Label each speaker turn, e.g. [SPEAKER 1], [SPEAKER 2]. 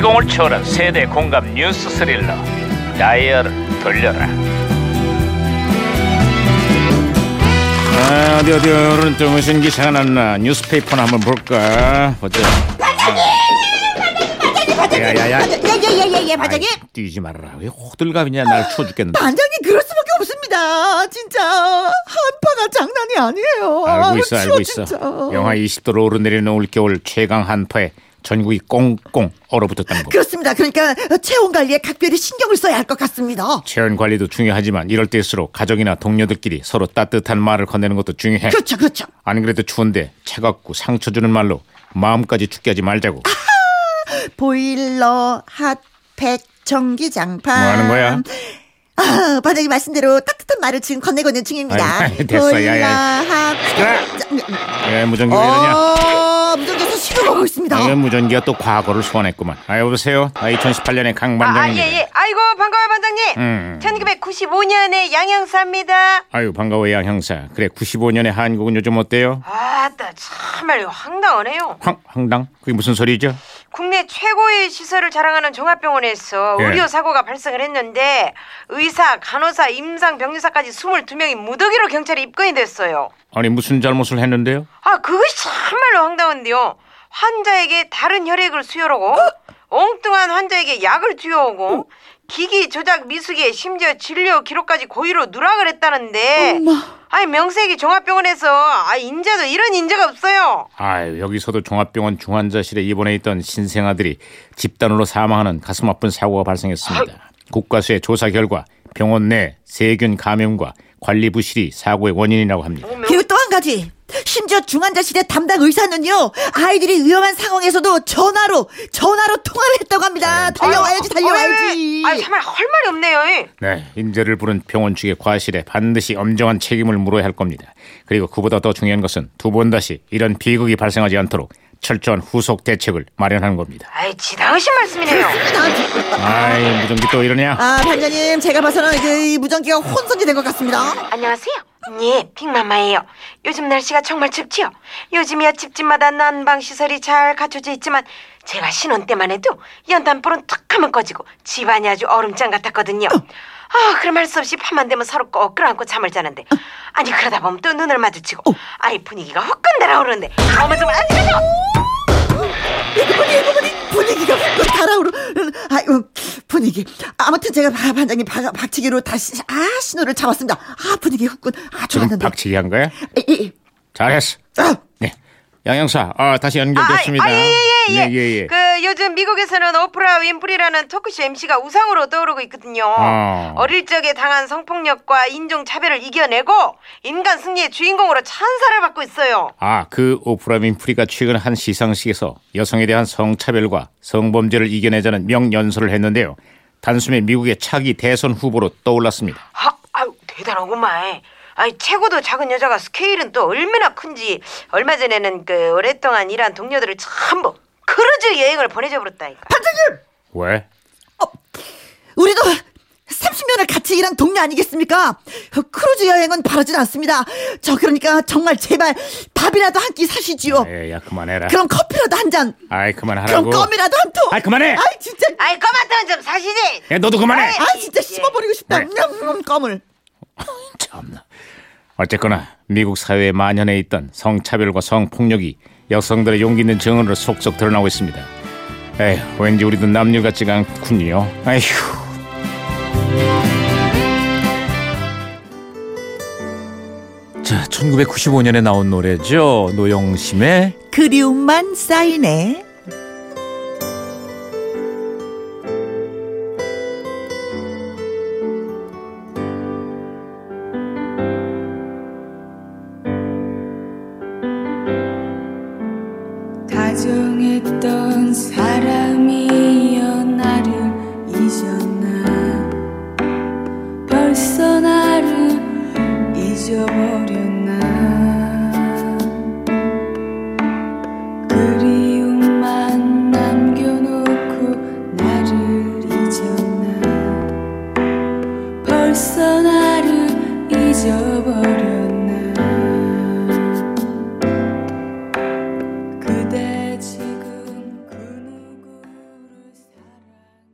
[SPEAKER 1] 폭풍을 초월한 세대 공감 뉴스 스릴러 다이얼을 돌려라
[SPEAKER 2] 아, 어디 어디 오늘은 또 무슨 기사가 났나 뉴스페이퍼나 한번 볼까 보자 야야야
[SPEAKER 3] 예예예예예 반장님
[SPEAKER 2] 뛰지 말아라 왜 호들갑이냐 날 추워 죽겠는데
[SPEAKER 3] 반장님 그럴 수밖에 없습니다 진짜 한파가 장난이 아니에요
[SPEAKER 2] 알고
[SPEAKER 3] 아우,
[SPEAKER 2] 있어
[SPEAKER 3] 추워,
[SPEAKER 2] 알고 있어
[SPEAKER 3] 진짜.
[SPEAKER 2] 영하 20도로 오르내리는 올겨울 최강 한파에 전국이 꽁꽁 얼어붙었다는 거
[SPEAKER 3] 그렇습니다 그러니까 체온 관리에 각별히 신경을 써야 할 것 같습니다
[SPEAKER 2] 체온 관리도 중요하지만 이럴 때일수록 가족이나 동료들끼리 서로 따뜻한 말을 건네는 것도 중요해
[SPEAKER 3] 그렇죠 그렇죠
[SPEAKER 2] 안 그래도 추운데 차갑고 상처 주는 말로 마음까지 춥게 하지 말자고
[SPEAKER 3] 보일러 핫팩 전기장판
[SPEAKER 2] 뭐 하는 거야?
[SPEAKER 3] 아, 반장님 말씀대로 따뜻한 말을 지금 건네고 있는 중입니다
[SPEAKER 2] 아니, 아니, 됐어.
[SPEAKER 3] 보일러
[SPEAKER 2] 야, 야, 야.
[SPEAKER 3] 핫팩 전-
[SPEAKER 2] 왜 무전기 왜 이러냐
[SPEAKER 3] 어 무전기에서 신호가 오고 있습니다
[SPEAKER 2] 당연 무전기가 또 과거를 소환했구만. 아 여보세요. 아 2018년의
[SPEAKER 4] 아,
[SPEAKER 2] 강반장님.
[SPEAKER 4] 예, 예. 아이고, 반가워요, 반장님.
[SPEAKER 2] 음.
[SPEAKER 4] 1995년에 양형사입니다.
[SPEAKER 2] 아유 반가워요 양 형사. 그래 95년의 한국은 요즘 어때요?
[SPEAKER 4] 아따, 참말로 황당하네요.
[SPEAKER 2] 황 황당? 그게 무슨 소리죠?
[SPEAKER 4] 국내 최고의 시설을 자랑하는 종합병원에서
[SPEAKER 2] 예.
[SPEAKER 4] 의료 사고가 발생을 했는데 의사, 간호사, 임상 병리사까지 22명이 무더기로 경찰에 입건이 됐어요.
[SPEAKER 2] 아니 무슨 잘못을 했는데요?
[SPEAKER 4] 아, 그것이 참말로 황당한데요. 환자에게 다른 혈액을
[SPEAKER 3] 그!
[SPEAKER 4] 수혈하고 엉뚱한 환자에게 약을
[SPEAKER 3] 어?
[SPEAKER 4] 투여하고 기기 조작 미숙에 심지어 진료 기록까지 고의로 누락을 했다는데 아니 명색이 종합병원에서 아 인자도 이런 인자가 없어요.
[SPEAKER 2] 아유 여기서도 종합병원 중환자실에 입원해 있던 신생아들이 집단으로 사망하는 가슴 아픈 사고가 발생했습니다. 국과수의 조사 결과 병원 내 세균 감염과 관리 부실이 사고의 원인이라고 합니다.
[SPEAKER 3] 그리고 또 한 가지 심지어 중환자실의 담당 의사는요 아이들이 위험한 상황에서도 전화로 전화로 통화를 했다고 합니다 달려와야지 달려와야지
[SPEAKER 4] 아 정말 할 말이 없네요.
[SPEAKER 2] 네, 인재를 부른 병원 측의 과실에 반드시 엄정한 책임을 물어야 할 겁니다. 그리고 그보다 더 중요한 것은 두 번 다시 이런 비극이 발생하지 않도록 철저한 후속 대책을 마련하는 겁니다.
[SPEAKER 4] 아이 지당하신 말씀이네요.
[SPEAKER 2] 아이, 무전기 또 이러냐?
[SPEAKER 3] 아 반장님 제가 봐서는 이제 이 무전기가 혼선이 된 것 같습니다
[SPEAKER 4] 안녕하세요. 예, 빅마마예요. 요즘 날씨가 정말 춥지요. 요즘이야 집집마다 난방 시설이 잘 갖춰져 있지만 제가 신혼 때만 해도 연탄불은 탁 하면 꺼지고 집안이 아주 얼음장 같았거든요. 아, 그럼 할 수 없이 밤만 되면 서로 꼭 끌어안고 잠을 자는데 아니 그러다 보면 또 눈을 마주치고 아이 분위기가 화끈 날아오르는데 어머 좀안 되죠?
[SPEAKER 3] 이분이 이분이 분위기가 확 달아오르 아 음, 분위기 아무튼 제가 바- 반장님 박, 박치기로 다시 아 신호를 잡았습니다 아 분위기 후끈 아
[SPEAKER 2] 지금
[SPEAKER 3] 좋았는데
[SPEAKER 2] 박치기 한 거야?
[SPEAKER 3] 예, 예.
[SPEAKER 2] 잘했어.
[SPEAKER 3] 아,
[SPEAKER 2] 네. 양형사, 아, 다시
[SPEAKER 4] 아,
[SPEAKER 2] 연결됐습니다.
[SPEAKER 4] 아, 예, 예, 예,
[SPEAKER 2] 예, 예, 예.
[SPEAKER 4] 그 요즘 미국에서는 오프라 윈프리라는 토크쇼 MC가 우상으로 떠오르고 있거든요.
[SPEAKER 2] 아.
[SPEAKER 4] 어릴 적에 당한 성폭력과 인종 차별을 이겨내고 인간 승리의 주인공으로 찬사를 받고 있어요.
[SPEAKER 2] 아, 그 오프라 윈프리가 최근 한 시상식에서 여성에 대한 성차별과 성범죄를 이겨내자는 명연설을 했는데요. 단숨에 미국의 차기 대선 후보로 떠올랐습니다.
[SPEAKER 4] 아, 아유 대단하구만. 아이 최고도 작은 여자가 스케일은 또 얼마나 큰지 얼마 전에는 그 오랫동안 일한 동료들을 전부 크루즈 여행을 보내줘 버렸다니까.
[SPEAKER 3] 반장님
[SPEAKER 2] 왜?
[SPEAKER 3] 우리도 30년을 같이 일한 동료 아니겠습니까? 크루즈 여행은 바라진 않습니다. 저 그러니까 정말 제발 밥이라도 한 끼
[SPEAKER 4] 어.
[SPEAKER 3] 사시지요.
[SPEAKER 2] 에, 예, 야 그만해라.
[SPEAKER 3] 그럼 커피라도 한 잔.
[SPEAKER 2] 네. 아이 그만하라고.
[SPEAKER 3] 그럼 껌이라도 한 통.
[SPEAKER 2] 아이, 그만해.
[SPEAKER 3] 아이 진짜.
[SPEAKER 4] 아이 그만두면 좀 사시지.
[SPEAKER 2] 야 너도 그만해.
[SPEAKER 4] 아이.
[SPEAKER 3] 아 진짜
[SPEAKER 4] 예.
[SPEAKER 3] 씹어버리고 싶다.
[SPEAKER 2] 네.
[SPEAKER 3] 냠냠 껌을.
[SPEAKER 2] 참나. 어쨌거나 미국 사회에 만연해 있던 성차별과 성폭력이 여성들의 용기 있는 증언으로 속속 드러나고 있습니다. 에휴, 왠지 우리도 남녀 같지가 않군요. 아휴.
[SPEAKER 5] 자, 1995년에 나온 노래죠. 노영심의
[SPEAKER 3] 그리움만 쌓이네.
[SPEAKER 6] 다정했던 사